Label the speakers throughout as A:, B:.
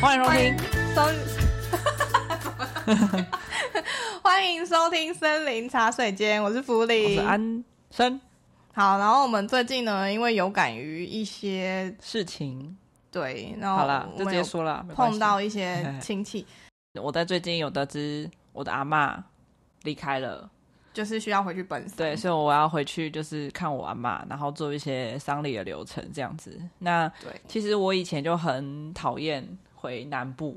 A: 欢迎收
B: 欢
A: 听
B: 迎。收， 欢迎收听森林茶水间，我是福
A: 我
B: 林
A: 是。安生
B: 好，然后我们最近呢，因为有感于一些
A: 事情，
B: 对，然
A: 好
B: 后
A: 啦，
B: 哦我
A: 就直
B: 们
A: 接
B: 有
A: 说啦。没关系
B: 碰到一些 亲戚，
A: 我在最近有得知我的阿嬷离开了，
B: 就是需要回去本省。
A: 对，所以我要回去就是看我阿嬷，然后做一些丧礼的流程这样子。那
B: 对，
A: 其实我以前就很讨厌回南部，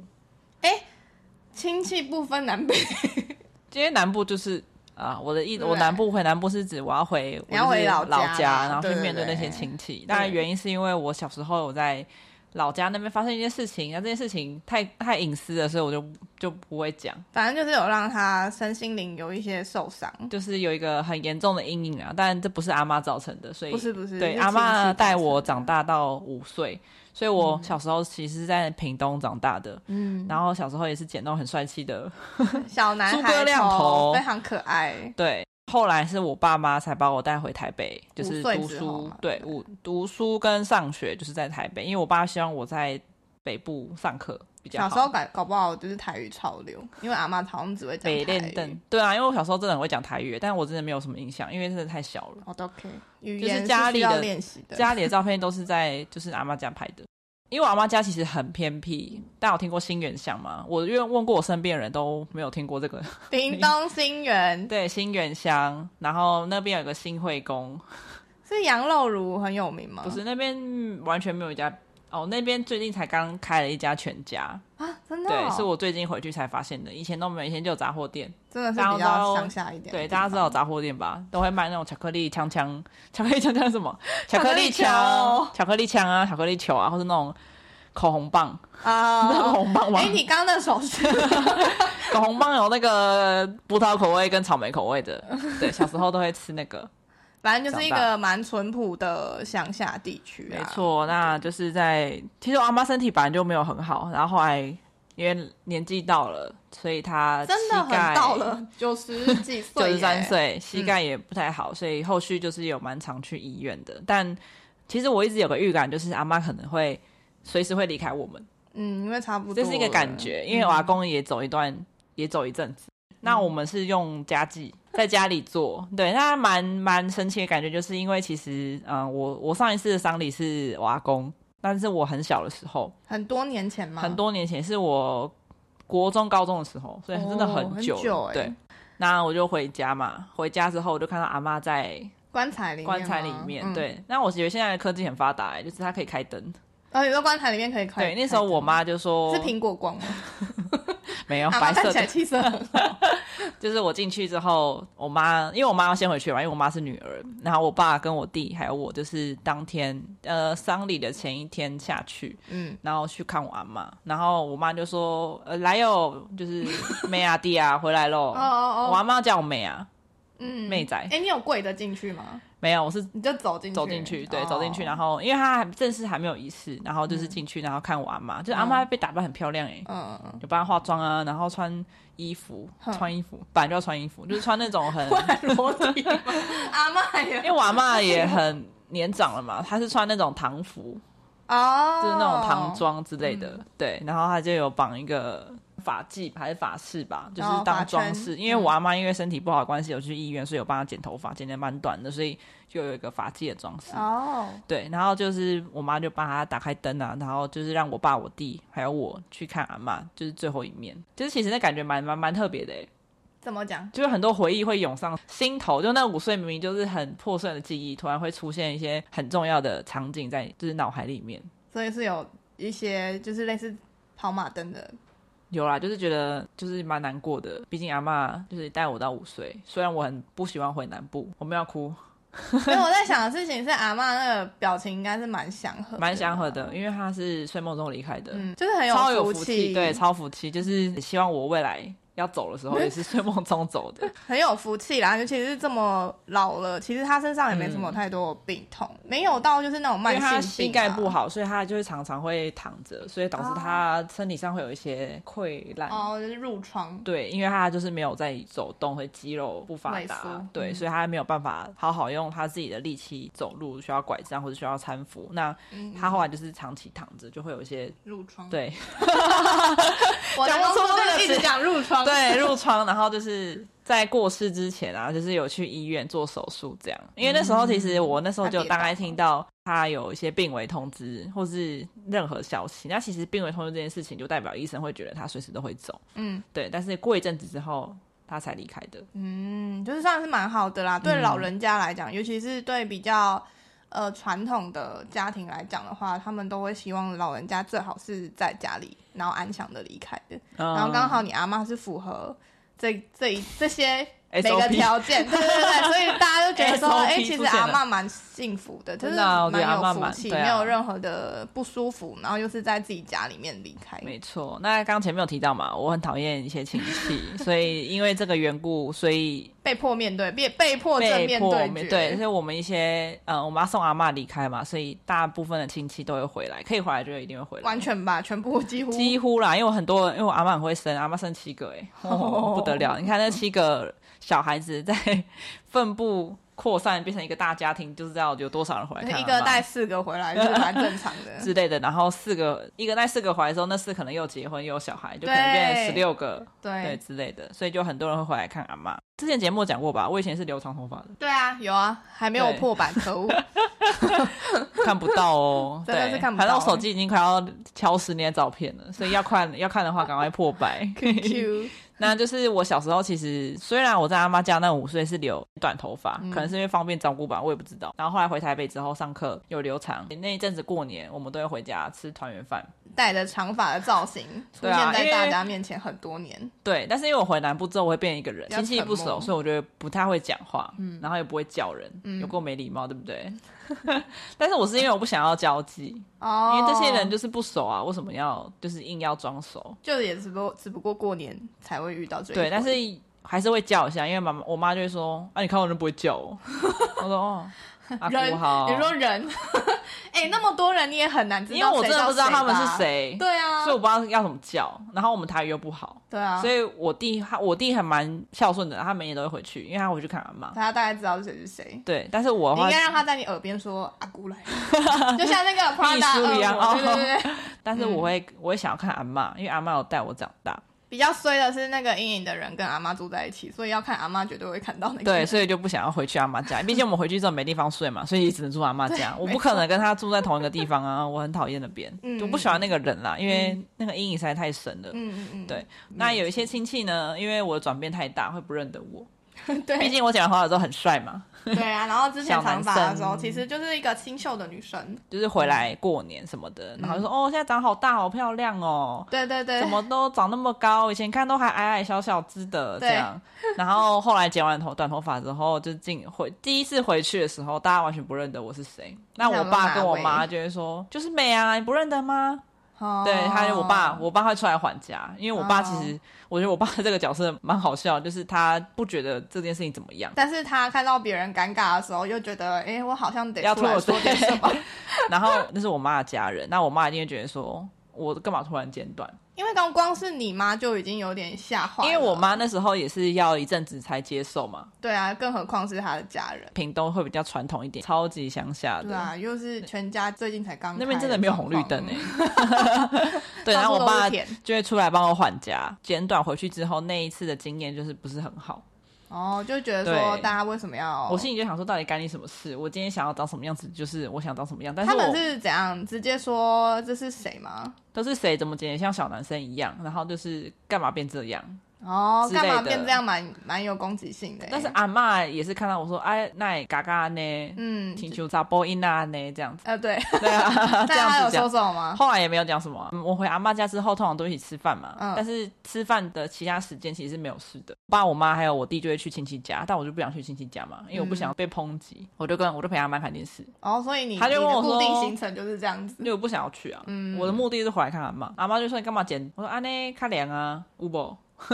B: 亲戚不分南北，
A: 今天南部就是。啊，我的意，
B: 对
A: 我南部回南部是指我要回，我
B: 你要
A: 就是
B: 回老
A: 老
B: 家啦
A: 然后去
B: 对对
A: 面对那些
B: 对
A: 亲戚。当然，
B: 对
A: 原因是因为我小时候我在老家那边发生一件事情，那这件事情太太隐私了，所以我就就不会讲。
B: 反正就是有让他身心灵有一些受伤。
A: 就是有一个很严重的阴影啊，但这不是阿妈造成的，所以
B: 不是不是，
A: 对
B: 是
A: 阿
B: 亲
A: 妈
B: 戚
A: 带
B: 造成
A: 我
B: 的，
A: 长大到五岁，所以我小时候其实是在屏东长大的，
B: 嗯，
A: 然后小时候也是剪那种很帅气的，
B: 小男
A: 诸
B: 孩
A: 葛亮头
B: 非常可爱。
A: 对。后来是我爸妈才把我带回台北，就是
B: 五岁
A: 读
B: 之后
A: 书
B: 嘛，
A: 对，我读书跟上学就是在台北，因为我爸希望我在北部上课比较
B: 小
A: 好。
B: 时候搞搞不好就是台语潮流，因为阿妈好像只会讲
A: 北
B: 台
A: 练
B: 语。
A: 灯，对啊，因为我小时候真的很会讲台语，但我真的没有什么印象，因为真的太小了。
B: 哦，都可以，语
A: 就是
B: 言
A: 家
B: 需
A: 里
B: 要
A: 的
B: 练习的。
A: 家里的照片都是在就是阿妈家拍的，因为我阿妈家其实很偏僻。大家有听过新源乡吗？我因为问过我身边的人都没有听过这个。
B: 屏东新园
A: 对，新源乡，然后那边有个新会宫，
B: 是羊肉炉很有名吗？
A: 不是那边嗯完全没有一家哦，那边最近才刚开了一家全家，
B: 啊，真的哦、
A: 对，是我最近回去才发现的，以前都没有，以前就有杂货店，
B: 真的是
A: 大家
B: 比
A: 都
B: 较乡下一点的地方。
A: 对，大家知道杂货店吧？都会卖那种巧克力枪枪， 巧克力枪枪是什么？ 巧克力
B: 巧克力
A: 枪，巧克力枪啊，巧克力球啊，或是那种口红棒，
B: 啊
A: 那个。红棒吗？
B: 哎、你刚刚那手 势，
A: 口红棒有那个葡萄口味跟草莓口味的，对，小时候都会吃那个，
B: 反正就是一
A: 长
B: 个蛮淳朴的乡下地区、啊。
A: 没，错。那就是在，其实我阿妈身体本来就没有很好，然后后来因为年纪到了，所以她
B: 真的
A: 膝
B: 很
A: 盖
B: 到了九十几岁，
A: 九十三。岁，膝盖也不太好，所以后续就是有蛮常去医院的。但其实我一直有个预感，就是阿妈可能会随时会离开我们，
B: 嗯，因为差不多
A: 这
B: 了。
A: 是一个感觉，因为我阿公也走一段，也走一阵子。那我们是用家计在家里做，对，那蛮蛮神奇的感觉，就是因为其实，嗯、我我上一次的丧礼是我阿公，但是我很小的时候，
B: 很多年前嘛，
A: 很多年前，是我国中高中的时候，所以真的
B: 哦
A: 很
B: 很
A: 久了，
B: 久欸
A: 对。那我就回家嘛，回家之后我就看到阿妈在
B: 棺材里面吗，
A: 棺材里面，
B: 嗯。
A: 对。那我觉得现在的科技很发达、欸，就是它可以开灯。
B: 哦，你说棺材里面可以开？
A: 对，那时候我妈就说
B: 是苹果光吗？
A: 没有
B: 阿
A: 白
B: 妈
A: 色的
B: 看起，来气色很好。
A: 就是我进去之后，我妈因为我妈要先回去嘛，因为我妈是女儿，然后我爸跟我弟还有我，就是当天呃丧礼的前一天下去，
B: 嗯，
A: 然后去看我阿妈，然后我妈就说呃来哟，就是 妹啊弟啊回来喽。
B: 哦哦
A: 我
B: 哦，
A: 阿妈叫我妹啊，
B: 嗯
A: 妹 仔
B: 哎，你有跪着进去吗？
A: 没有，我是
B: 你就走进去，
A: 走进去，对，
B: 哦
A: 走进去，然后因为她还正式还没有仪式，然后就是进去，然后看我阿妈，就是阿妈被打扮很漂亮哎、
B: 嗯，嗯
A: 有帮她化妆啊，然后穿衣服，
B: 哼
A: 穿衣服本来就要穿衣服，就是穿那种很
B: 不然裸体吗，阿妈也
A: 因为我阿妈也很年长了嘛，她是穿那种唐服，
B: 哦， 嗯
A: 就是那种唐，装之类的，对。然后她就有绑一个发髻还是发饰吧，就是
B: 哦
A: 当
B: 发
A: 装
B: 圈嗯
A: 饰。因为我阿妈因为身体不好的关系，有去医院，所以有帮她剪头发，剪得蛮短的，所以就有一个发髻的装饰。
B: 哦，
A: 对，然后就是我妈就帮她打开灯啊，然后就是让我爸、我弟还有我去看阿妈，就是最后一面。就是其实那感觉蛮蛮蛮特别的、欸，
B: 怎么讲？
A: 就是很多回忆会涌上心头，就那五岁明明就是很破碎的记忆，突然会出现一些很重要的场景在就是脑海里面。
B: 所以是有一些就是类似跑马灯的，
A: 有啦，就是觉得就是蛮难过的，毕竟阿嬷就是带我到五岁，虽然我很不喜欢回南部，我们要哭，
B: 所以我在想的事情是阿妈那个表情应该是蛮祥和，
A: 蛮祥和，的，因为她是睡梦中离开的，
B: 呃啊嗯，就是很
A: 超有
B: 有
A: 福
B: 气，
A: 对，超福气，就是希望我未来要走的 时候，也是睡梦中走的。
B: 很有福气啦，尤其是这么老了，其实他身上也没什么太多病痛，没有到就是那种 慢
A: 嗯因为
B: 性病、
A: 他
B: 啊。
A: 膝盖不好，所以他就是常常会躺着，所以导致他身体上会有一些溃烂。
B: 哦，就是褥疮。
A: 对，因为他就是没有在走动，和肌肉不发
B: 萎
A: 达
B: 缩，嗯
A: 对，所以他没有办法好好用他自己的力气走路，需要拐杖或者需要搀扶。那
B: 嗯
A: 他后来就是长期躺着，就会有一些
B: 褥疮，
A: 对
B: 我
A: 讲不
B: 工作
A: 出那
B: 就是
A: 个
B: 一直
A: 词
B: 讲褥疮。
A: 对褥疮，然后就是在过世之前啊，就是有去医院做手术这样。因为那时候其实我
B: 嗯
A: 那时候就大概听到他有一些病危通知或是任何消息，那其实病危通知这件事情就代表医生会觉得他随时都会走，
B: 嗯
A: 对，但是过一阵子之后他才离开的。
B: 嗯，就是算是蛮好的啦，
A: 嗯
B: 对老人家来讲，尤其是对比较呃传统的家庭来讲的话，他们都会希望老人家最好是在家里，然后安详的离开的。然
A: 然
B: 后刚好你阿妈是符合这这一这些每
A: SOP
B: 个条件，对对对，所以大家就觉得说，
A: SOP
B: 哎、其
A: 出
B: 实
A: 现了
B: 阿妈蛮幸福的，就是
A: 真的啊我觉得
B: 蛮
A: 阿嬷
B: 有福
A: 蛮
B: 气，
A: 对啊
B: 没有任何的不舒服，然后又是在自己家里面离开。
A: 没错，那刚前面有提到嘛，我很讨厌一些亲 戚，所以因为这个缘故，所以
B: 被迫面对，被被迫正
A: 被
B: 面
A: 迫
B: 决，
A: 对，所以我们一些呃，我妈送阿嬷离开嘛，所以大部分的亲戚都会回来，可以回来就一定会回来
B: 完，全吧，全部几乎
A: 几乎啦，因为我很多，因为我阿嬷很会生，阿嬷生七个、欸，哎、哦，不得了！你看那七个小孩子在分布扩散，变成一个大家庭，就知道有多少人回来看
B: 一
A: 阿
B: 个
A: 嬷
B: 带四个回来是蛮正常的。
A: 之类的，然后四个一个带四个回来的时候，那四可能又结婚又有小孩，就可能变成十
B: 对
A: 六个。对
B: 对
A: 之类的，所以就很多人会回来看阿妈。之前节目讲过吧，我以前是留长头发的，
B: 对啊，有啊，还没有
A: 对
B: 破版，可恶。
A: 看不到哦，
B: 真的是
A: 对
B: 看不到
A: 反正我手机已经快要敲十年的照片了，所以要看 要看的话，赶快破 百。
B: Q，
A: 那就是我小时候，其实虽然我在阿妈家那五岁是留短头发，
B: 嗯
A: 可能是因为方便照顾吧，我也不知道。然后后来回台北之后上课有留长，那一阵子过年我们都会回家吃团圆饭。
B: 带着长发的造型出
A: 对
B: 现
A: 啊
B: 在
A: 因
B: 大
A: 为
B: 家面前很 多年。
A: 对，但是因为我回南部之后，我会变一个人，
B: 比较
A: 亲戚不
B: 沉
A: 熟，
B: 默
A: 所以我觉得不太会讲话，
B: 嗯
A: 然后也不会叫人，有够没礼貌，对不对？ 但是我是因为我不想要交际，
B: 哦，
A: 因为这些人就是不熟啊，为什么要就是硬要装熟？
B: 就也只不过只不过过年才会遇到这一
A: 对，
B: 回
A: 但是还是会叫一下，因为妈妈我妈就会说：“啊，你看我人不会叫 哦。”我说：“哦，阿
B: 人
A: 姑好。”
B: 你说人， 哎、那么多人你也很难知道，
A: 因为我真的不知道他们是，谁，
B: 对啊，
A: 所以我不知道要怎么叫，然后我们台语又不好。
B: 对啊，
A: 所
B: 以
A: 以我弟他我弟还蛮孝顺的，他每年都会回去，因为他回去看阿妈。
B: 大家大概知道谁是谁。
A: 对，但是我的
B: 你
A: 话
B: 应该让他在你耳边说“阿姑来了”， 就像那个 Prada
A: 秘书一样
B: 恶魔，对
A: 哦
B: 对对对。
A: 但是
B: 嗯
A: 我会、我会想要看阿嬷，因为阿嬷有带我长大，
B: 比较衰的是，那个阴影的人跟阿妈住在一起，所以要看阿妈绝对会看到那个。
A: 对，所以就不想要回去阿嬷家。毕竟我们回去之后没地方睡嘛，所以只能住阿嬷 家。我不可能跟她住在同一个地方啊，我很讨厌那边，
B: 嗯
A: 我不喜欢那个人啦，因为那个阴影实在太深了。
B: 嗯嗯嗯，
A: 对那有一些亲戚呢，因为我的转变太大，会不认得我。毕
B: 对
A: 竟我讲话的时候很帅嘛，
B: 对啊。然后之前
A: 小男
B: 长发的
A: 生
B: 时候，其实就是一个清秀的女生。
A: 就是回来过年什么
B: 嗯
A: 的，然后就说、哦，现在长好大，好漂亮哦。
B: 对对对，
A: 怎 么都长那么高，以前看都还矮矮小小只的这
B: 对
A: 样。然后后来剪完头短头发之后，就进回第一次回去的时候，大家完全不认得我是谁。那我爸跟我妈就会说：“就是美啊，你不认得吗？”
B: 哦？
A: 对，还有我爸，我爸会出来还价，因为我爸其实、我觉得我爸这个角色蛮好笑，就是他不觉得这件事情怎么样，
B: 但是他看到别人尴尬的时候，又觉得，哎、我好像得
A: 要
B: 出来
A: 脱
B: 说
A: 我
B: 点什么，
A: 然后那是我妈的家人，那我妈一定会觉得说。我干嘛突然间断？
B: 因为刚光是你妈就已经有点吓坏
A: 因
B: 了，
A: 为我妈那时候也是要一阵子才接受嘛，
B: 对啊，更何况是他的家人，
A: 屏东会比较传统一点，超级乡下的。
B: 对啊，又是全家最近才刚
A: 那边真的没有红绿灯哎、
B: 哎，
A: 对，然后我
B: 到处都
A: 爸
B: 是田
A: 就会出来帮我还家。简短回去之后，那一次的经验就是不是很好。
B: 哦，就觉得说
A: 对
B: 大家为什么要
A: 我心里就想说，到底干你什么事？我今天想要长什么样子，就是我想长什么样。但是
B: 他们
A: 我
B: 是怎样直接说这是谁吗？
A: 都是谁怎么剪得像小男生一样，然后就是干嘛变这样？
B: 哦，
A: 之类
B: 干
A: 的
B: 嘛变这样蛮，蛮有攻击性的欸。
A: 但是阿嬷也是看到我说，哎，那也嘎嘎呢，
B: 嗯，
A: 挺就扎波音啊呢，这样子。
B: 呃，对，
A: 对啊，
B: 那
A: 这样
B: 他有
A: 子讲
B: 说。什么吗？
A: 后来也没有讲什么啊、嗯我回阿妈家之后，通常都一起吃饭嘛。
B: 嗯
A: 但是吃饭的其他时间其实是没有事的。爸、我妈还有我弟就会去亲戚家，但我就不想去亲戚家嘛，因为我不想被抨击，
B: 嗯
A: 我就跟我就陪阿妈看电视，
B: 哦，所以你
A: 他就
B: 你的
A: 问我
B: 固
A: 说
B: 定行程就是这样子
A: 因为我不
B: 嗯
A: 想要去啊。我的目的是回来看阿妈。阿妈就说你干嘛剪？我说啊呢，看凉啊，乌不。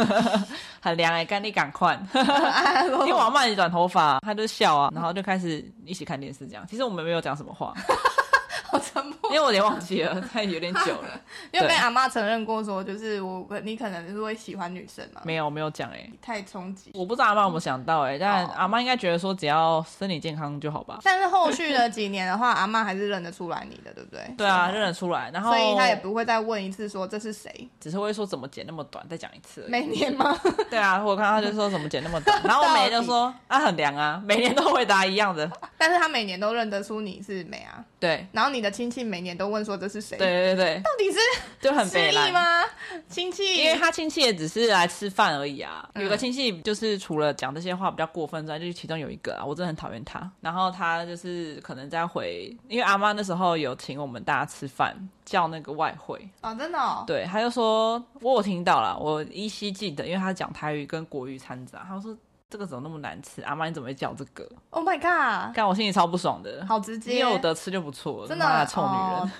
A: 很凉哎、干你赶快！ 因为我阿嬷也短头发，她就笑啊，然后就开始一起看电视这样。其实我们没有讲什么话，
B: 好沉默。
A: 因为我有点忘记了，太有点久了，
B: 因为被阿妈承认过说，就是我你可能是会喜欢女生嘛，
A: 没有没有讲哎、
B: 太冲击。
A: 我不知道阿妈有没有想到哎、但
B: 嗯哦
A: 阿妈应该觉得说只要身体健康就好吧。
B: 但是后续的几年的话，阿妈还是认得出来你的，对不对？
A: 对啊，认得出来，然后
B: 所以她也不会再问一次说这是谁，
A: 只是会说怎么剪那么短，再讲一次而已。
B: 每年吗？
A: 对啊，我看他就说怎么剪那么 短，然后我每年都说啊很凉啊，每年都回答一样的。
B: 但是她每年都认得出你是美啊，
A: 对
B: 然后你的亲戚每年都问说这是谁，，
A: 对对对，
B: 到底是
A: 就很
B: 失
A: 悲
B: 忆
A: 哀。
B: 吗？亲戚，
A: 因为他亲戚也只是来吃饭而已啊。
B: 嗯
A: 有个亲戚就是除了讲这些话比较过分之外，就是其中有一个啊，我真的很讨厌他。然后他就是可能在回，因为阿妈那时候有请我们大家吃饭，叫那个外汇，
B: 哦，真的哦，
A: 对，他就说我有听到了，我依稀记得，因为他讲台语跟国语掺杂，他说这个怎么那么难吃？阿妈你怎么会叫这个？
B: ，Oh my god，
A: 但我心里超不爽的。
B: 好直
A: 你
B: 接，
A: 有得吃就不错了，
B: 真的
A: 妈臭女人，
B: 哦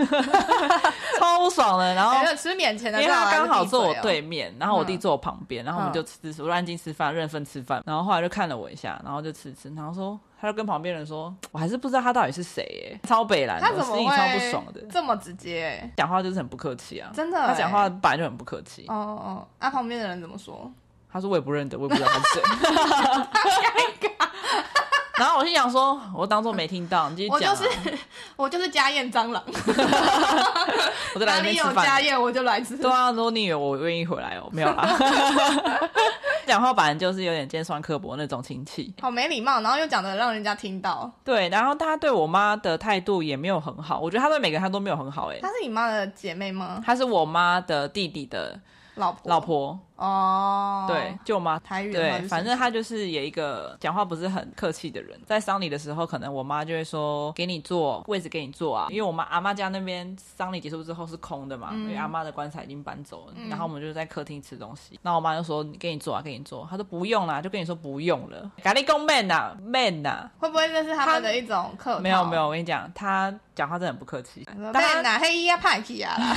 A: 超不爽的。然后
B: 感觉哦吃免钱
A: 因
B: 的，
A: 为他刚好坐
B: 做
A: 我，对面，然后我弟
B: 嗯
A: 坐我旁边，然后我们就吃吃，我安静吃饭，认份吃饭。然后后来就看了我一下，然后就吃吃，然后说，他就跟旁边人说，我还是不知道他到底是谁耶，超北蓝的，
B: 他怎
A: 我
B: 么
A: 心里超不
B: 会
A: 爽的。
B: 这么直接？
A: 讲话就是很不客气啊，
B: 真的
A: 他讲
B: 欸
A: 话本来就很不客气。
B: 哦哦，那旁边的人怎么说？
A: 他说我也不认得，我也不知道他是谁。 然后我心想说，我当做没听到，你继续
B: 我
A: 讲、
B: 就
A: 啊。
B: 是我就是家宴蟑螂，
A: 我在
B: 哪
A: 来那
B: 里
A: 边
B: 有
A: 吃
B: 家
A: 饭。
B: 宴我就来吃。
A: 对啊，如果你以为我愿意回来哦，没有 啦。讲话反正就是有点尖酸刻薄那种亲戚。
B: 好没礼貌，然后又讲的让人家听到，
A: 对，然后他对我妈的态度也没有很好，我觉得他对每个人他都没有很好、欸。
B: 她是你妈的姐妹吗？
A: 他是我妈的弟弟的
B: 老婆，
A: 老婆，
B: 哦，
A: 对，，舅妈。
B: 台语的话
A: 对
B: 是，谁
A: 反正他就是也一个讲话不是很客气的人。在丧礼的时候，可能我妈就会说给你坐，位置给你坐啊，因为我妈阿妈家那边丧礼结束之后是空的嘛，因为阿妈的棺材已经搬走了。然后我们就在客厅吃东西，那我妈就说你给你坐啊，给你坐。她说不用啦，就跟你说不用了。咖喱公 man 呐，man 呐，
B: 会不会这是他们的一种客套？
A: 没有没有，我跟你讲，他讲话真的很不客气。
B: 说，
A: 但
B: 被
A: 他
B: 哪黑衣啊派 去啊啦，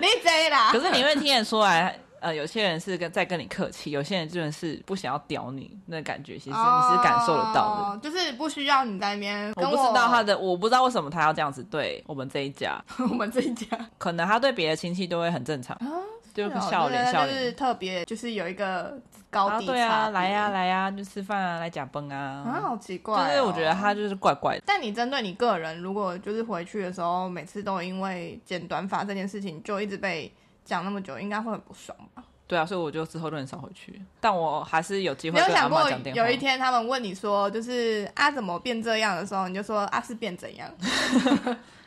B: 你贼啦！
A: 可是你会听得出来，呃，有些人是跟在跟你客气，有些人真的是不想要屌你，那感觉其实你是感受得到的。
B: 哦，就是不需要你在那边跟
A: 我不知道他的，我不知道为什么他要这样子对我们这一家，
B: 我们这一家，
A: 可能他对别的亲戚都会很正常， 就是笑
B: 哦对
A: 脸
B: 对
A: 笑
B: 啊就是
A: 脸。
B: 特别，就是有一个
A: 啊
B: 高，低
A: 对啊，
B: 差
A: 来呀、
B: 别
A: 来呀、就吃饭啊，来假崩
B: 啊，
A: 啊，
B: 好奇怪哦。
A: 就是我觉得他就是怪怪的。
B: 但你针对你个人，如果就是回去的时候，每次都因为剪短发这件事情就一直被讲那么久，应该会很不爽吧？
A: 对啊，所以我就之后就很少回去，但我还是有机
B: 你
A: 会
B: 有
A: 跟阿
B: 想过
A: 妈讲电话。
B: 有一天他们问你说，就是啊怎么变这样的时候，你就说啊是变怎样？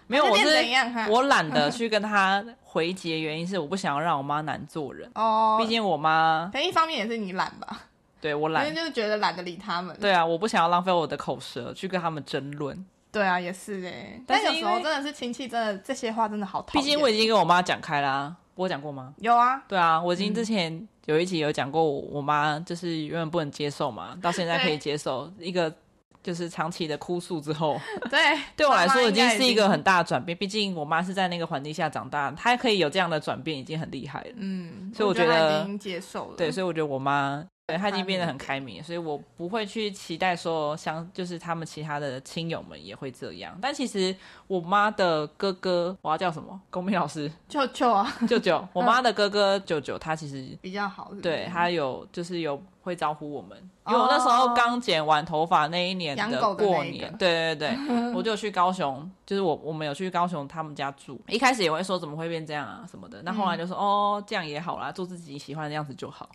A: 没有，
B: 是
A: 我
B: 变
A: 是
B: 怎样啊哈？
A: 我懒 得去跟他回结，原因是我不想要让我妈难做人。
B: 哦，
A: 毕竟我妈
B: 可能一方面也是你懒吧，
A: 对我
B: 因为
A: 懒，
B: 就是觉得懒得理他们。
A: 对啊，我不想要浪费我的口舌去跟他们争论。
B: 对啊，也是哎、
A: 但
B: 但
A: 是
B: 有时候
A: 因为
B: 真的是亲戚，真的这些话真的好讨
A: 毕
B: 厌。
A: 竟我已经跟我妈讲开啦、我讲过吗？
B: 有啊，
A: 对啊，我已经之前有一集有讲过我，我妈就是原本不能接受嘛，到现在可以
B: 对
A: 接受一个。就是长期的哭诉之后，
B: 对，
A: 对我来
B: 妈
A: 说
B: 妈
A: 已
B: 应
A: 经
B: 该
A: 是一个很大的转变。毕竟我妈是在那个环境下长大，她可以有这样的转变，已经很厉害了。
B: 嗯，
A: 所以我
B: 我
A: 觉
B: 他
A: 得
B: 已经接受了。
A: 对，所以我觉得我妈，对她已经变得
B: 开明
A: 很开明，所以我不会去期待说像就是他们其他的亲友们也会这样。但其实我妈的哥哥，我要叫什么？公民老师
B: 舅舅啊，
A: 舅舅，我妈的哥哥舅舅，他其实
B: 比较好是不是
A: 对他有就是有会招呼我们，因为我那时候刚剪完头发那一年
B: 哦养狗的那一个
A: 过年，对对对， 我就去高雄，就是我我们有去高雄他们家住，一开始也会说怎么会变这样啊什么的，那后来就说、哦这样也好啦，做自己喜欢的样子就好，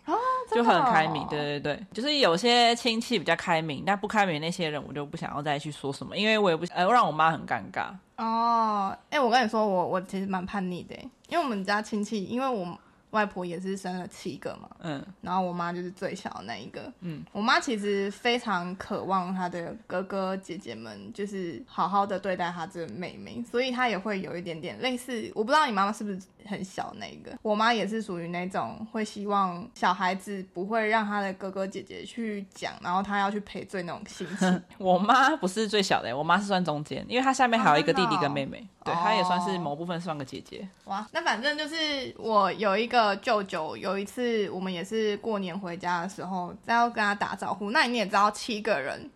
A: 就
B: 真的
A: 很
B: 嗯哦
A: 开明，对对对，就是有些亲戚比较开明，但不开明那些人我就不想要再去说什么，因为我也不呃让我妈很尴尬，
B: 哦，哎、我跟你说，我我其实蛮叛逆的欸，因为我们家亲戚，因为我外婆也是生了七个嘛，
A: 嗯，
B: 然后我妈就是最小的那一个，
A: 嗯，
B: 我妈其实非常渴望她的哥哥姐姐们就是好好的对待她这个妹妹，所以她也会有一点点类似，我不知道你妈妈是不是很小那一个，我妈也是属于那种会希望小孩子不会让她的哥哥姐姐去讲，然后她要去赔罪那种心情，
A: 我妈不是最小的，我妈是算中间，因为她下面
B: 哦
A: 还有一个弟弟跟妹妹，
B: 哦真
A: 对，
B: 的哦
A: 她也算是某部分算个姐姐。
B: 哇，那反正就是我有一个个舅舅有一次，我们也是过年回家的时候，要跟他打招呼。那你也知道，七个人，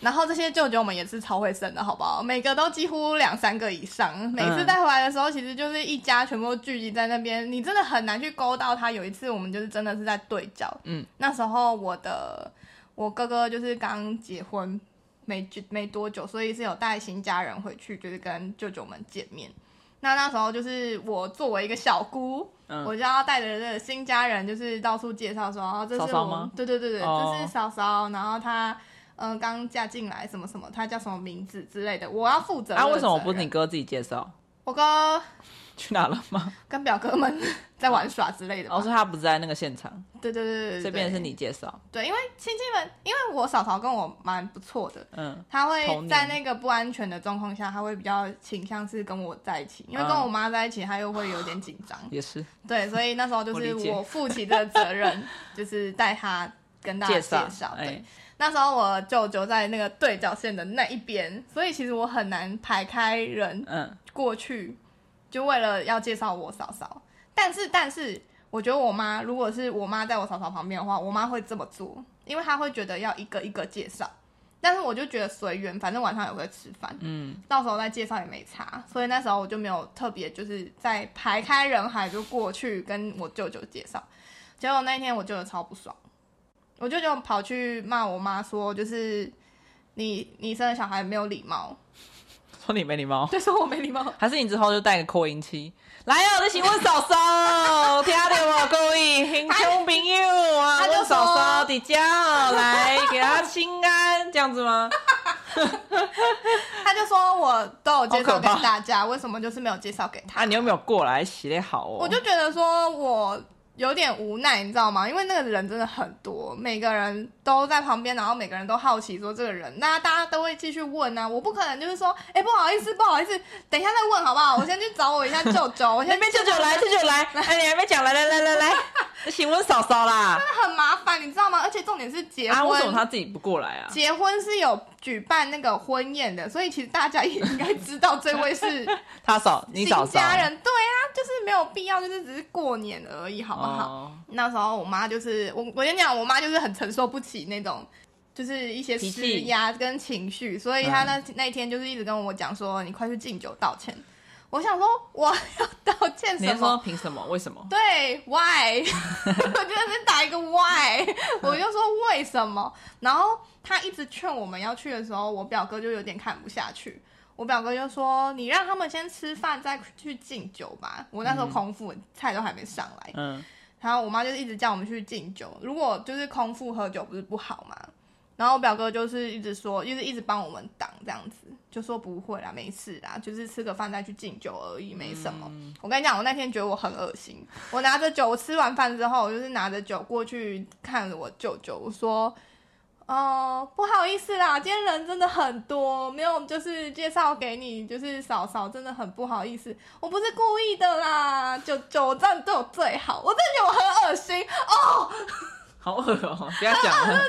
B: 然后这些舅舅们也是超会生的，好不好？每个都几乎两三个以上。每次带回来的时候，其实就是一家全部都聚集在那边，你真的很难去勾到他。有一次，我们就是真的是在对角。
A: 嗯，
B: 那时候我的我哥哥就是刚结婚没没多久，所以是有带新家人回去，就是跟舅舅们见面。那那时候就是我作为一个小姑，
A: 嗯
B: 我就要带着这个新家人，就是到处介绍说，哦，这是我，
A: 嫂嫂吗
B: 对对对对，
A: 哦
B: 这是嫂嫂，然后她嗯刚、嫁进来，什么什么，她叫什么名字之类的，我要负责。
A: 啊，为什么不是
B: 是
A: 你？哥自己介绍？
B: 我哥
A: 去哪了吗？
B: 跟表哥们 在玩耍之类的 吧。
A: 哦，所以他不在那个现场，
B: 对对对对对，
A: 这边是
B: 对
A: 你介绍。
B: 对，因为亲戚们，因为我嫂嫂跟我蛮不错的，
A: 嗯
B: 他
A: 童
B: 会
A: 年
B: 在那个不安全的状况下，他会比较倾向是跟我在一起，因为
A: 嗯
B: 跟我妈在一起，他又会有点紧张。
A: 也是，
B: 对，所以 那时候就
A: 我
B: 是
A: 理解
B: 我负起这个责任， 就是带他跟大家
A: 介
B: 介
A: 绍，
B: 绍。对，
A: 哎，
B: 那时候我舅舅在那个对角线的那一边，所以其实我很难排开人
A: 嗯，
B: 过去，就为了要介绍我嫂嫂。但是，但是我觉得我妈如果是我妈在我嫂嫂旁边的话，我妈会这么做，因为她会觉得要一个一个介绍。但是我就觉得随缘，反正晚上也会吃饭，
A: 嗯，
B: 到时候再介绍也没差，所以那时候我就没有特别就是在排开人海就过去跟我舅舅介绍，结果那一天我舅舅超不爽，我舅舅跑去骂我妈说就是你你生的小孩没有礼貌，
A: 说你没礼貌，
B: 就说我没礼貌，
A: 还是你之后就带个扩音器来哦，你请问嫂嫂，听到我故意听众朋友啊，
B: 他就
A: 问嫂嫂
B: 说
A: 底家哦，来给他心安，这样子吗？
B: 他就说我都有
A: 好
B: 介绍
A: 可
B: 给
A: 怕
B: 大家，为什么就是没有介绍给他？
A: 啊，你有没有过来洗得好哦？
B: 我就觉得说我有点无奈，你知道吗？因为那个人真的很多，每个人都在旁边，然后每个人都好奇说这个人，那大家都会继续问啊。我不可能就是说，哎、不好意思，不好意思，等一下再问好不好？我先去找我一下舅舅，我
A: 那
B: 先
A: 边舅舅来，舅舅来，哎，你还没讲，来来来来来，请问嫂嫂 啦，
B: 很麻烦，你知道吗？而且重点是结
A: 啊，为
B: 婚
A: 什么。他自己不过来啊？
B: 结婚是有举办那个婚宴的，所以其实大家也应该知道这位是
A: 他嫂，你
B: 新
A: 嫂嫂，
B: 家人，对啊，就是没有必要，就是只是过年而已，好不好？
A: 哦，
B: 那时候我妈就是我，我跟你讲，我妈就是很承受不起那种，就是一些
A: 脾
B: 施
A: 气嗯
B: 压跟情绪，所以她那、那一天就是一直跟我讲说，你快去敬酒道歉。我想说，我要道歉
A: 你
B: 什
A: 是说
B: 么？
A: 凭什么？为什么？
B: 对，why？我真的是打一个 why，我就说为什么？然后她一直劝我们要去的时候，我表哥就有点看不下去。我表哥就说：“你让他们先吃饭，再去敬酒吧。”我那时候空腹，菜都还没上来。
A: 嗯，
B: 然后我妈就一直叫我们去敬酒，如果就是空腹喝酒不是不好嘛。然后我表哥就是一直说，就是一直帮我们挡这样子，就说不会啦，没事啦，就是吃个饭再去敬酒而已，没什么。我跟你讲，我那天觉得我很恶心，我拿着酒，我吃完饭之后，我就是拿着酒过去看我舅舅，我说。哦、不好意思啦，今天人真的很多，没有就是介绍给你，就是嫂嫂真的很不好意思，我不是故意的啦，酒酒站对我最好，我真的觉得我很恶心。
A: 好恶哦，不要讲 了，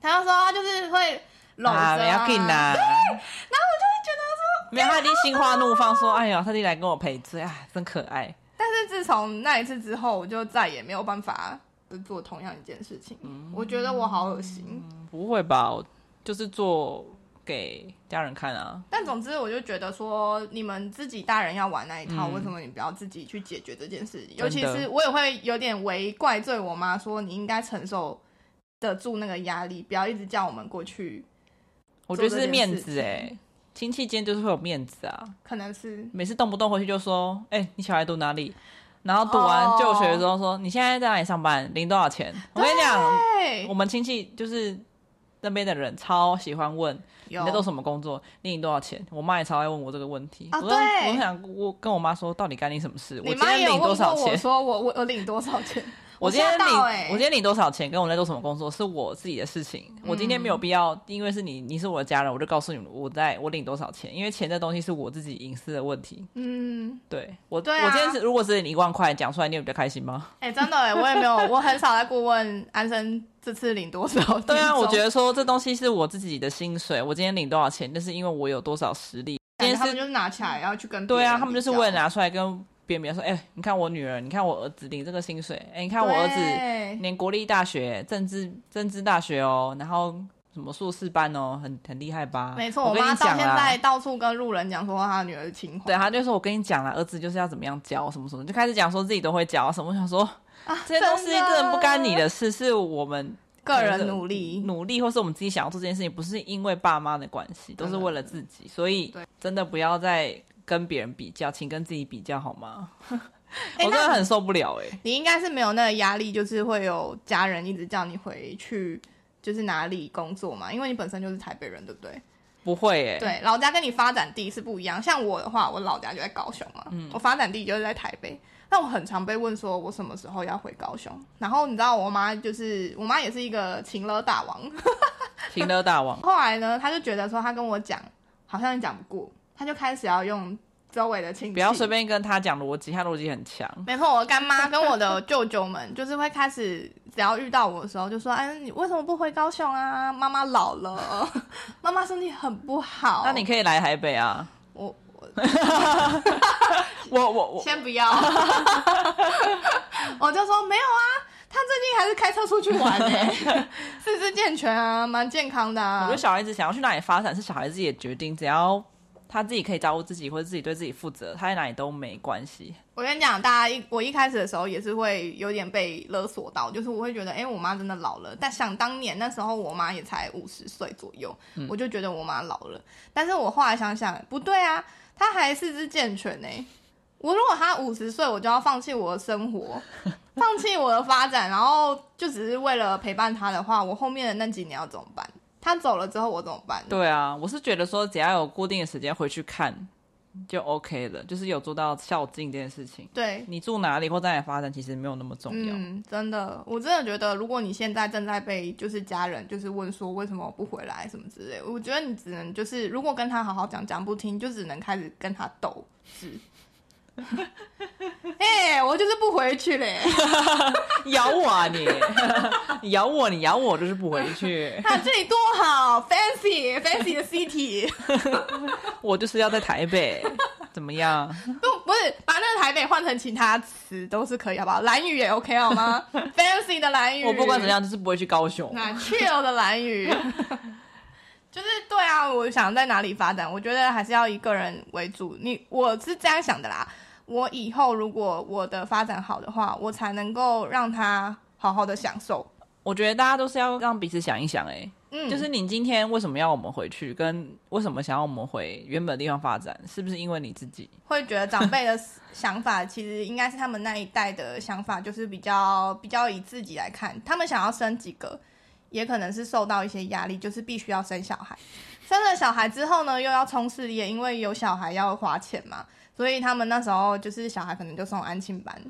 B: 他就说他就是会搂着、
A: 啊，不要紧啦。然后我就会觉得说，没有，
B: 哎
A: 他已经心花怒放，说，
B: 哦
A: 哎呀，他弟来跟我赔罪，哎，真可爱。
B: 但是自从那一次之后，我就再也没有办法呃做同样一件事情。
A: 嗯
B: 我觉得我好恶心。
A: 不会吧？我就是做给家人看啊。
B: 但总之，我就觉得说，你们自己大人要玩那一
A: 嗯
B: 套，为什么你不要自己去解决这件事？尤其是我也会有点为怪罪我妈，说你应该承受得住那个压力，不要一直叫我们过去。
A: 我觉得是面
B: 做这
A: 子
B: 件
A: 哎、
B: 事
A: 亲戚间就是会有面子啊。
B: 可能是
A: 每次动不动回去就说，哎、你小孩读哪里？然后读完就学之后说你现在在哪里上班，领多少钱？我跟你讲，
B: 对
A: 我，们亲戚就是那边的人超喜欢问
B: 有
A: 你在做什么工作，领多少钱？我妈也超爱问我这个问题。
B: 啊
A: 我都
B: 对
A: 我想我跟我妈说，到底干你什么事？
B: 你
A: 我今
B: 妈也
A: 天
B: 有
A: 领多
B: 问过
A: 少
B: 我
A: 钱？
B: 说我我我领多少钱？
A: 我今天
B: 吓
A: 领、
B: 到哎、
A: 我今天领多少钱，跟我在做什么工作是我自己的事情。我今天没有必要，因为是你，你是我的家人，我就告诉你我在我领多少钱，因为钱这东西是我自己隐私的问题。
B: 嗯，
A: 对我，
B: 对啊
A: 我今天是如果是领一万块讲出来，你有比较开心 吗？
B: 哎、真的哎、我也没有，我很少在过问安生这次领多少。
A: 对啊，我觉
B: 得
A: 得说这东西是我自己的薪水，我今天领多少钱，那是因为我有多少实力。今
B: 感觉
A: 天
B: 他们
A: 是
B: 就是拿起来，然后去跟
A: 对啊，
B: 别人
A: 他们就是
B: 比较
A: 为了拿出来跟边边说，哎、你看我女儿，你看我儿子领这个薪水，哎、你看我儿子
B: 子
A: 连国立大学、政治政治大学哦，然后什么硕士班哦，很很厉害吧？
B: 没错，
A: 我
B: 我
A: 跟
B: 妈
A: 你
B: 到
A: 讲
B: 现
A: 啦
B: 在，到处跟路人讲说她女儿是清华，
A: 对，他就说我跟你讲啦，儿子就是要怎么样教什么什么，就开始讲说自己都会教什么，我想说
B: 啊
A: 这些东西
B: 真
A: 真的不干你的事，是我们
B: 个人努力。
A: 努力，或是我们自己想要做这件事情，不是因为爸妈的关系，都是为了自己，所以
B: 对
A: 真的不要再跟别人比较，请跟自己比较好吗？ 我
B: 哎
A: 真
B: 那
A: 的很受不了哎、
B: 你应该是没有那个压力，就是会有家人一直叫你回去，就是哪里工作嘛，因为你本身就是台北人，对不对？
A: 不会哎、
B: 对，老家跟你发展地是不一样。像我的话，我老家就在高雄嘛，
A: 嗯
B: 我发展地就是在台北。但我很常被问说，我什么时候要回高雄？然后你知道我妈就是，我妈也是一个情勒大王，
A: 情乐大 王
B: 后来呢，他就觉得说他跟我讲，好像也讲不过，他就开始要用周围的亲戚。
A: 不要随。便跟他讲逻辑，他逻辑很强。
B: 没错，我干妈跟我的舅舅们 就是会开始，只要遇到我的时候，就说：“哎，你为什么不回高雄啊？妈妈老了， 妈妈身体很不好。”
A: 那你可以来台北啊！
B: 我 我
A: 我我 我，
B: 先不 要，我就说没有啊，他最近还是开车出去玩呢、 四肢健全啊，蛮健康的
A: 我
B: 啊
A: 觉得。小孩子想要去哪里发展是小孩子自己的决定，只要他自己可以照顾自己，或者自己对自己负责，他在哪里都没关系。
B: 我跟你讲，大家一我一开始的时候也是会有点被勒索到，就是我会觉得，哎、我妈真的老了。但想当年那时候，我妈也才五十岁左右，我就觉得我妈老了。但是我后来想想，不对啊，她还四肢健全呢、我如果她五十岁，我就要放弃我的生活，放弃我的发展，然后就只是为了陪伴她的话，我后面的那几年要怎么办？她走了之后，我怎么办？
A: 对啊，我是觉得说只要有固定的时间回去看就 OK 了，就是有做到孝敬这件事情。
B: 对，
A: 你住哪里或在哪里发展，其实没有那么重要。
B: 嗯，真的，我真的觉得，如果你现在正在被就是家人就是问说为什么不回来什么之类，我觉得你只能就是如果跟他好好讲讲不听，就只能开始跟他斗智。 哎、我就是不回去嘞！
A: 咬我啊你！ 咬我，你咬我就是不回 去，
B: 看这里多好，fancy fancy 的 city，
A: 我就是要在台北，怎么样？
B: 不不是把那个台北换成其他词都是可以，好不好？蓝雨也 OK 好 吗？fancy 的蓝雨，
A: 我不管怎样，就是不会去高雄。
B: 那 chill 的蓝雨，就是对啊，我想在哪里发展，我觉得还是要以个人为主。你我是这样想的啦，我以后如果我的发展好的话，我才能够让他好好的享受。
A: 我觉得大家都是要让彼此想一想、欸，
B: 嗯，
A: 就是你今天为什么要我们回去，跟为什么想要我们回原本的地方发展，是不是因为你自己？
B: 会觉得长辈的想法其实应该是他们那一代的想法，就是比较比较以自己来看，他们想要生几个，也可能是受到一些压力，就是必须要生小孩。生了小孩之后呢，又要冲事业，因为有小孩要花钱嘛，所以他们那时候就是小孩可能就送安亲班，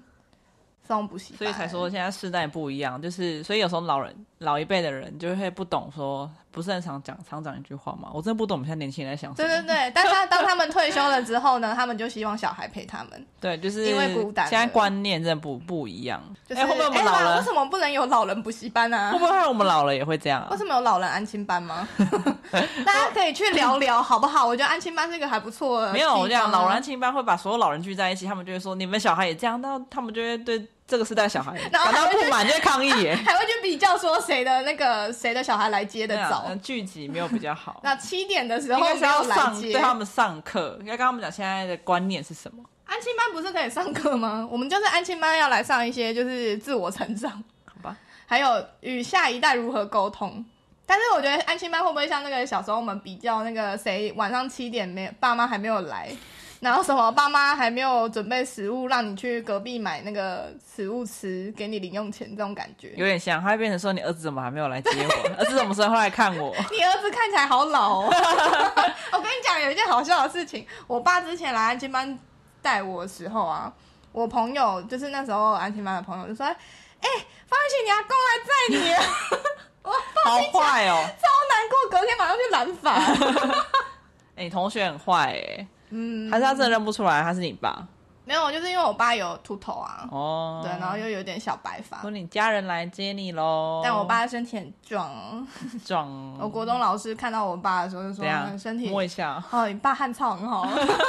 B: 送补习班，
A: 所以才说现在世代不一样，就是所以有时候老人老一辈的人就会不懂说，不是很常讲常讲一句话嘛，我真的不懂我们现在年轻人在想什
B: 对
A: 么。
B: 对对。但是当他们退休了之后呢，他们就希望小孩陪他 们。
A: 对，就是
B: 因为孤单了
A: 现在观念真的不不一样。哎、
B: 就是
A: 会不会我们
B: 哎
A: 老
B: 妈
A: 了？
B: 为什么不能有老人补习班啊？
A: 会不会我们老了也会这样啊
B: 为？什么哦有老人安亲班吗？ 大家可以去聊聊，好不好？我觉得安亲班是一个还不错的、啊
A: 没有，我跟你讲，老人安。亲班会把所有老人聚在一起，他们就会说你们小孩也这样，那他们就会对这个时代的小孩
B: 然后
A: 感到
B: 还会
A: 不满，就会抗议 耶。
B: 还会去比较说谁的那个谁的小孩来接的
A: 对啊
B: 早
A: 呃。聚集没有比较好，
B: 那七点的时
A: 应
B: 候
A: 该是要
B: 没有来
A: 上
B: 接
A: 对他们上课，应该跟他们讲现在的观念是什么。
B: 安亲班不是可以上课吗？ 我们就是安亲班要来上一些就是自我成长，好
A: 吧？
B: 还有与下一代如何沟通。但是我觉得安亲班会不会像那个小时候我们比较那个谁晚上七点没爸妈还没有来，然后什么爸妈还没有准备食物让你去隔壁买那个食物吃，给你零用钱这种感觉？
A: 有点像，他会变成说你儿子怎么还没有来接 我，儿子什么时候来看我？
B: 你儿子看起来好 老哦。 我跟你讲，有一件好笑的事情，我爸之前来安亲班带我的时候啊，我朋友就是那时候安亲班的朋友就说：“哎、方玉琪，你阿公来载你了，
A: 好坏哦！
B: 超难过，隔天马上去染发。
A: 哎、你同学很坏哎、”
B: 嗯，
A: 还是他真的认不出来他是你爸？
B: 没有，就是因为我爸有秃头啊，
A: 哦，
B: 对，然后又有点小白发
A: 说，你家人来接你喽。
B: 但我爸身体很壮。哦
A: 壮，
B: 我国中老师看到我爸的时候就说
A: 怎样？
B: 嗯：“身
A: 哦
B: 体
A: 啊摸一下，
B: 哦，你爸汗臭 很好，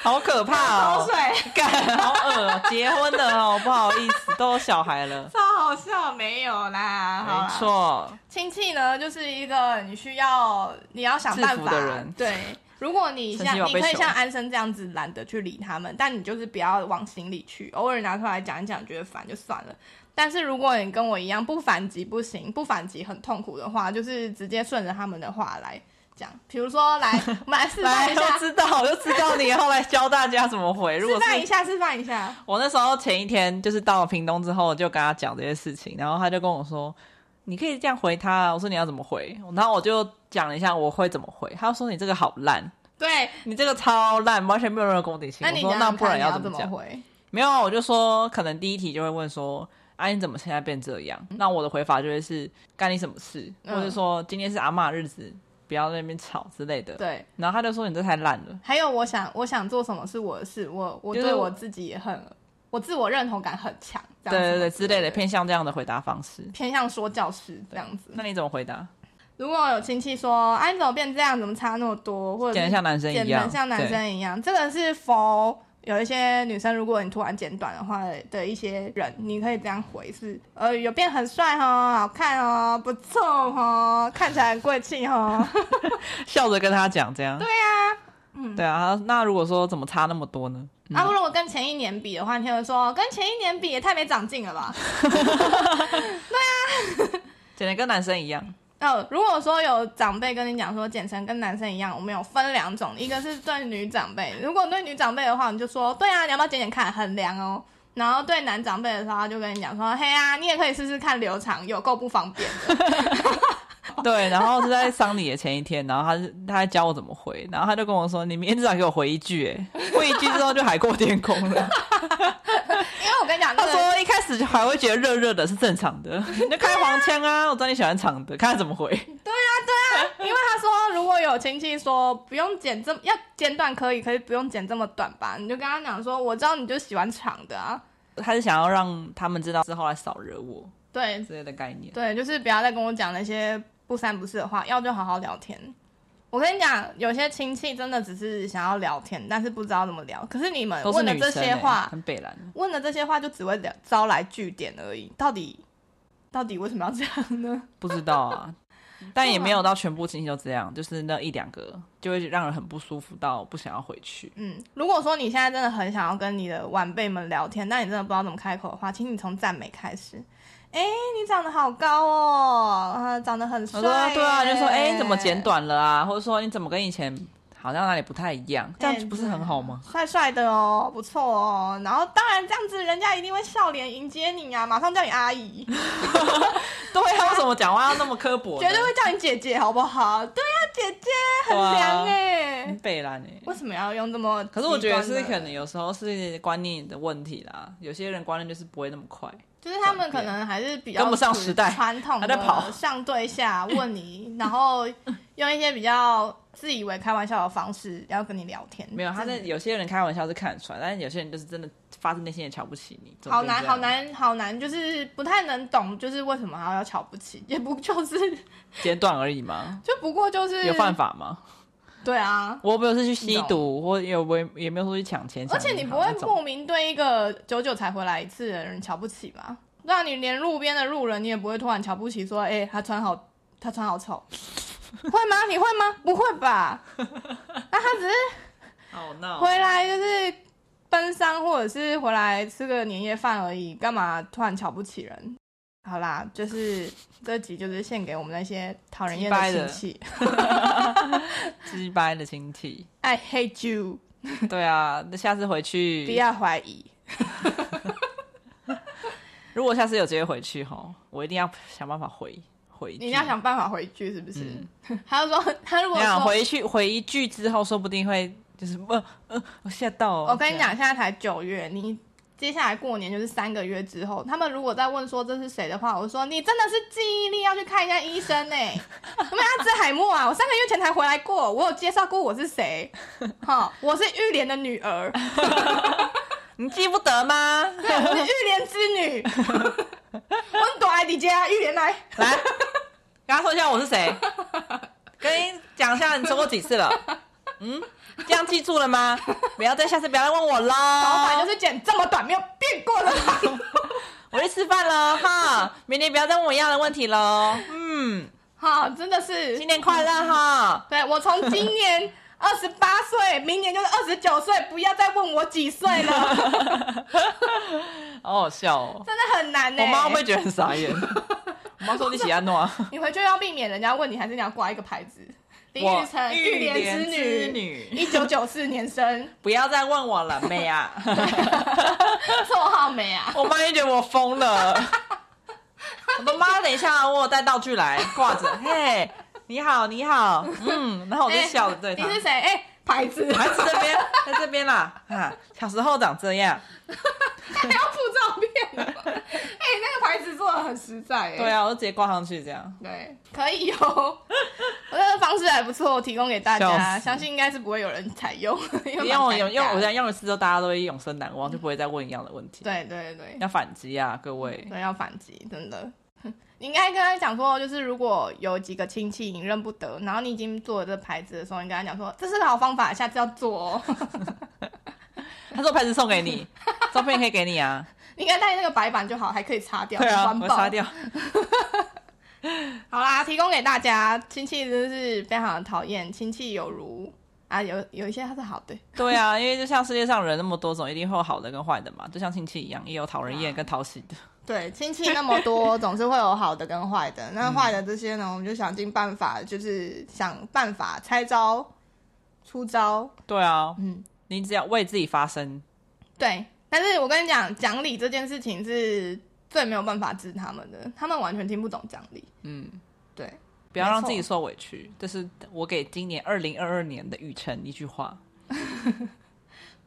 A: 好可怕
B: 口
A: 哦
B: 水，，
A: 干，好恶哦，结婚了哦，不好意思，都有小孩了。
B: 超好笑，没有啦， 好啦
A: 没错，
B: 亲戚呢，就是一个你需要你要想办
A: 制
B: 法
A: 服的人
B: 对。如果 你
A: 神
B: 像
A: 奇宝
B: 你
A: 贝
B: 可以
A: 熊
B: 像安生这样子懒得去理他们，但你就是不要往心里去，偶尔拿出来讲一讲，觉得烦就算了。但是如果你跟我一样不反击不行，不反击很痛苦的话，就是直接顺着他们的话来讲。比如 说，来，我们来示范
A: 来，
B: 一
A: 都
B: 下，示
A: 知道，我就知道你后来教大家怎么回。如果
B: 范一
A: 是
B: 下，示范一下。
A: 我那时候前一天就是到了屏东之后，就跟他讲这些事情，然后他就跟我说。你可以这样回他啊，我说你要怎么回，然后我就讲了一下我会怎么回，他说你这个好烂，
B: 对，
A: 你这个超烂，完全没有任何攻击性。
B: 那你
A: 我说
B: 讲
A: 那
B: 讲
A: 不
B: 看
A: 然
B: 你要
A: 怎
B: 怎么
A: 讲？
B: 回？
A: 没有啊，我就说可能第一题就会问说，啊你怎么现在变这样？那我的回法就会是干你什么事，
B: 嗯
A: 或者说今天是阿嬷日子，不要在那边吵之类的。
B: 对，
A: 然后他就说你这太烂了，
B: 还有我想我想做什么是我的事，我我
A: 就是
B: 对
A: 我
B: 我自己也很，我自我认同感很强，这
A: 对
B: 样
A: 对
B: 什
A: 对
B: 么
A: 之类的，
B: 偏
A: 偏向这样的回答方式。
B: 偏向说教师这样子。
A: 那你怎么回答？
B: 如果有亲戚说，哎、你怎么变这样，怎么差那么多，或者
A: 简
B: 是
A: 得像男生
B: 剪
A: 一样，
B: 得像男
A: 对。
B: 生一样，这个是否有一些女生，如果你突然剪短的话的一些人，你可以这样回是，呃，有变很帅哦，好看哦，不错哦，看起来很贵气 哦，
A: 笑着跟他讲这样。对啊，嗯，对啊。那如果说怎么差那么多呢？
B: 啊，如果跟前一年比的话，你会说跟前一年比也太没长进了吧？
A: 简直跟男生一样，
B: 哦，如果说有长辈跟你讲说剪成跟男生一样，我们有分两种，一个是对女长辈，如果对女长辈的话，你就说对啊，你要不要剪剪看，很凉哦。然后对男长辈的时候，他就跟你讲说，嘿啊，你也可以试试看留长，有够不方便的。嗯
A: 对。然后是在丧礼的前一天，然后他是他还教我怎么回，然后他就跟我说：“你明天至少给我回一句。”哎，回一句之后就海阔天空了。
B: 因为我跟你讲，那
A: 他
B: 个
A: 说一开始就还会觉得热热的是正常 的，你就开黄腔啊！我知道你喜欢长的，看他怎么回。
B: 嗯因为他说如果有亲戚说不用剪这么要剪短可以，可以不用剪这么短吧，你就跟他讲说，我知道你就喜欢长的啊，
A: 他是想要让他们知道之后来少惹我
B: 对
A: 之类的概念。
B: 对，就是不要再跟我讲那些不三不四的话，要就好好聊天。我跟你讲，有些亲戚真的只是想要聊天，但是不知道怎么聊。可是你们
A: 都是
B: 问的
A: 女
B: 这
A: 生、
B: 些
A: 欸，
B: 话，
A: 很北蓝。
B: 问的这些话就只会聊招来据点而已。到底到底为什么要这样 呢？
A: 不知道 啊，但也没有到全部亲戚都这样，就是那一两个就会让人很不舒服到不想要回去。
B: 嗯，如果说你现在真的很想要跟你的晚辈们聊天，但你真的不知道怎么开口的话，请你从赞美开始。哎、你长得好高哦，啊，长得很
A: 我
B: 帅
A: 说
B: 耶。
A: 对啊，就说哎、你怎么剪短了啊？或者说你怎么跟以前好像哪里不太一样？这
B: 啊
A: 样不是很好吗？
B: 帅帅的哦，不错哦。然后当然这样子，人家一定会笑脸迎接你啊，马上叫你阿 姨，
A: 对啊，为什么讲话要那么刻薄呢？
B: 绝对会叫你姐姐，好不好？对啊，姐姐很凉哎、
A: 啊很北蓝哎、
B: 为什么要用这么极端的？
A: 可是我觉得是可能有时候是观念的问题啦，有些人观念就是不会那么快。
B: 就是他们可能还是比 较
A: 跟不上时 代
B: 传统
A: 还在跑
B: 的上对下问你，然后用一些比较自以为开玩笑的方式要跟你聊 天。
A: 没有，他在有些人开玩笑是看得出来，但是有些人就是真的发自内心的瞧不起你。
B: 好难，好
A: 难。
B: 难，好难，就是不太能懂，就是为什么还要瞧不起，也不就是
A: 简短而已嘛，
B: 就不过就是
A: 有犯法吗？
B: 对啊，
A: 我不是去吸毒，或也不会也没有说去抢钱，
B: 而且你不会
A: 抢银行那种
B: 莫名对一个久久才回来一次的人瞧不起吧？对啊，你连路边的路人，你也不会突然瞧不起，说：“哎、他穿好，他穿 好丑。”会吗？你会吗？不会吧？那他只是
A: 好闹
B: 回来就是奔丧，或者是回来吃个年夜饭而已，干嘛突然瞧不起人？好啦，就是这集就是献给我们那些讨人
A: 鸡
B: 厌
A: 掰
B: 的
A: 的
B: 亲戚。
A: 鸡掰的亲 戚。
B: I hate you，
A: 对啊，那下次回
B: 不
A: 去，
B: 要怀疑。
A: 如果下次有机会回去吼，我一定要想办法回回一句。
B: 你要想办法回去，是不是？
A: 嗯
B: 他就说，他如
A: 我
B: 果
A: 想
B: 说
A: 啊回去回一句之后，说不定会就是呃呃，我吓到哦。
B: 我跟你
A: 这样，
B: 讲，现在才九月，你接下来过年就是三个月之后，他们如果再问说这是谁的话，我说你真的是记忆力要去看一下医生呢、我们阿兹海默啊，我三个月前才回来过，我有介绍过我是谁，哈，我是玉莲的女儿，
A: 你记不得吗？
B: 对，我是玉莲之女，我躲爱迪家啊玉莲来，
A: 来，跟他说一下我是谁，跟你讲一下你说过几次了。嗯，这样记住了吗？不要再下次不要再问我喽。
B: 老板就是剪这么短，没有变过的啦。
A: 我去吃饭了哈，明天不要再问我一样的问题喽。嗯，
B: 好，真的是
A: 新年快乐哈。
B: 对我从今年二十八岁，明年就是二十九岁，不要再问我几岁了，
A: 好好笑哦，
B: 真的很难呢、
A: 我妈会不会觉得很傻 眼？我妈说你喜欢诺，
B: 你回去要避免人家问你，还是你要挂一个牌子？林
A: 我
B: 玉成，玉莲之
A: 之
B: 女，
A: 女，
B: 一九九四年生，
A: 不要再问我了，妹啊！
B: 绰号没啊？
A: 我妈也觉得我疯 了。我的妈，等一下，啊我有带道具来挂着。嘿，你好，你好，嗯，然后我就笑着对
B: 你
A: 她，
B: 是谁？哎、牌子，
A: 孩子这边，在这边啦，啊，小时候长这样。
B: 还要附照片哦，哎、那个牌子做的很实在、哎。
A: 对啊，我就直接挂上去这样。
B: 对，可以哦。我这个方式还不错，提供给大
A: 笑
B: 家，
A: 死
B: 相信应该是不会有人采用， 因为
A: 因为我用
B: 用
A: 因为我想用一次之后，大家都会永生难忘，就不会再问一样的问题。
B: 嗯对嗯对对
A: 要反击啊，各位！
B: 对要反击，真的。你应该跟他讲说，就是如果有几个亲戚你认不得，然后你已经做了这牌子的时候，你跟他讲说，这是个好方法，下次要做哦。
A: 他说牌子送给你，照片可以给你 啊。
B: 你应该带那个白板就好，还可以擦掉，
A: 对啊，
B: 环
A: 我
B: 保
A: 擦掉。
B: 好啦，提供给大家，亲戚真是非常的讨厌，亲戚有如啊，有有一些他是好的，
A: 对啊，因为就像世界上人那么多种，一定会有好的跟坏的嘛，就像亲戚一样，也有讨人厌
B: 啊
A: 跟讨喜的。
B: 对，亲戚那么 多，总是会有好的跟坏的。那坏的
A: 嗯
B: 这些呢，我们就想尽办法，就是想办法拆招、出招。
A: 对啊，
B: 嗯，
A: 你只要为自己发声，
B: 对。但是我跟你讲，讲理这件事情是最没有办法治他们的，他们完全听不懂讲理。
A: 嗯，
B: 对，
A: 不要
B: 没
A: 让
B: 错
A: 自己受委屈，这是我给今年二零二二年的雨辰一句话：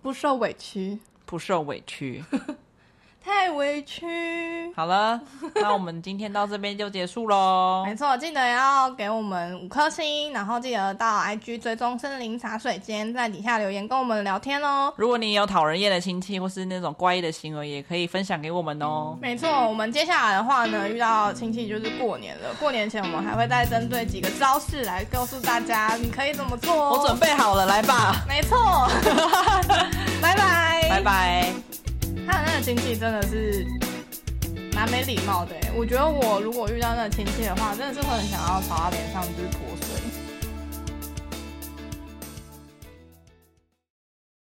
B: 不受委屈，
A: 不受委屈。
B: 太委屈。
A: 好了，那我们今天到这边就结束喽。
B: 没错，记得要给我们五颗星，然后记得到 IG 追踪森林茶水间，在底下留言跟我们聊天哦。
A: 如果你有讨人厌的亲戚，或是那种怪异的行为，也可以分享给我们哦。
B: 没错，我们接下来的话呢，遇到亲戚就是过年了。过年前我们还会再针对几个招式来告诉大家你可以怎么做哦。
A: 我准备好了，来吧，
B: 没错， 拜拜
A: 拜。拜。
B: 他的那个亲戚真的是蛮没礼貌的欸，我觉得我如果遇到那个亲戚的话，真的是会很想要朝他脸上就是泼水。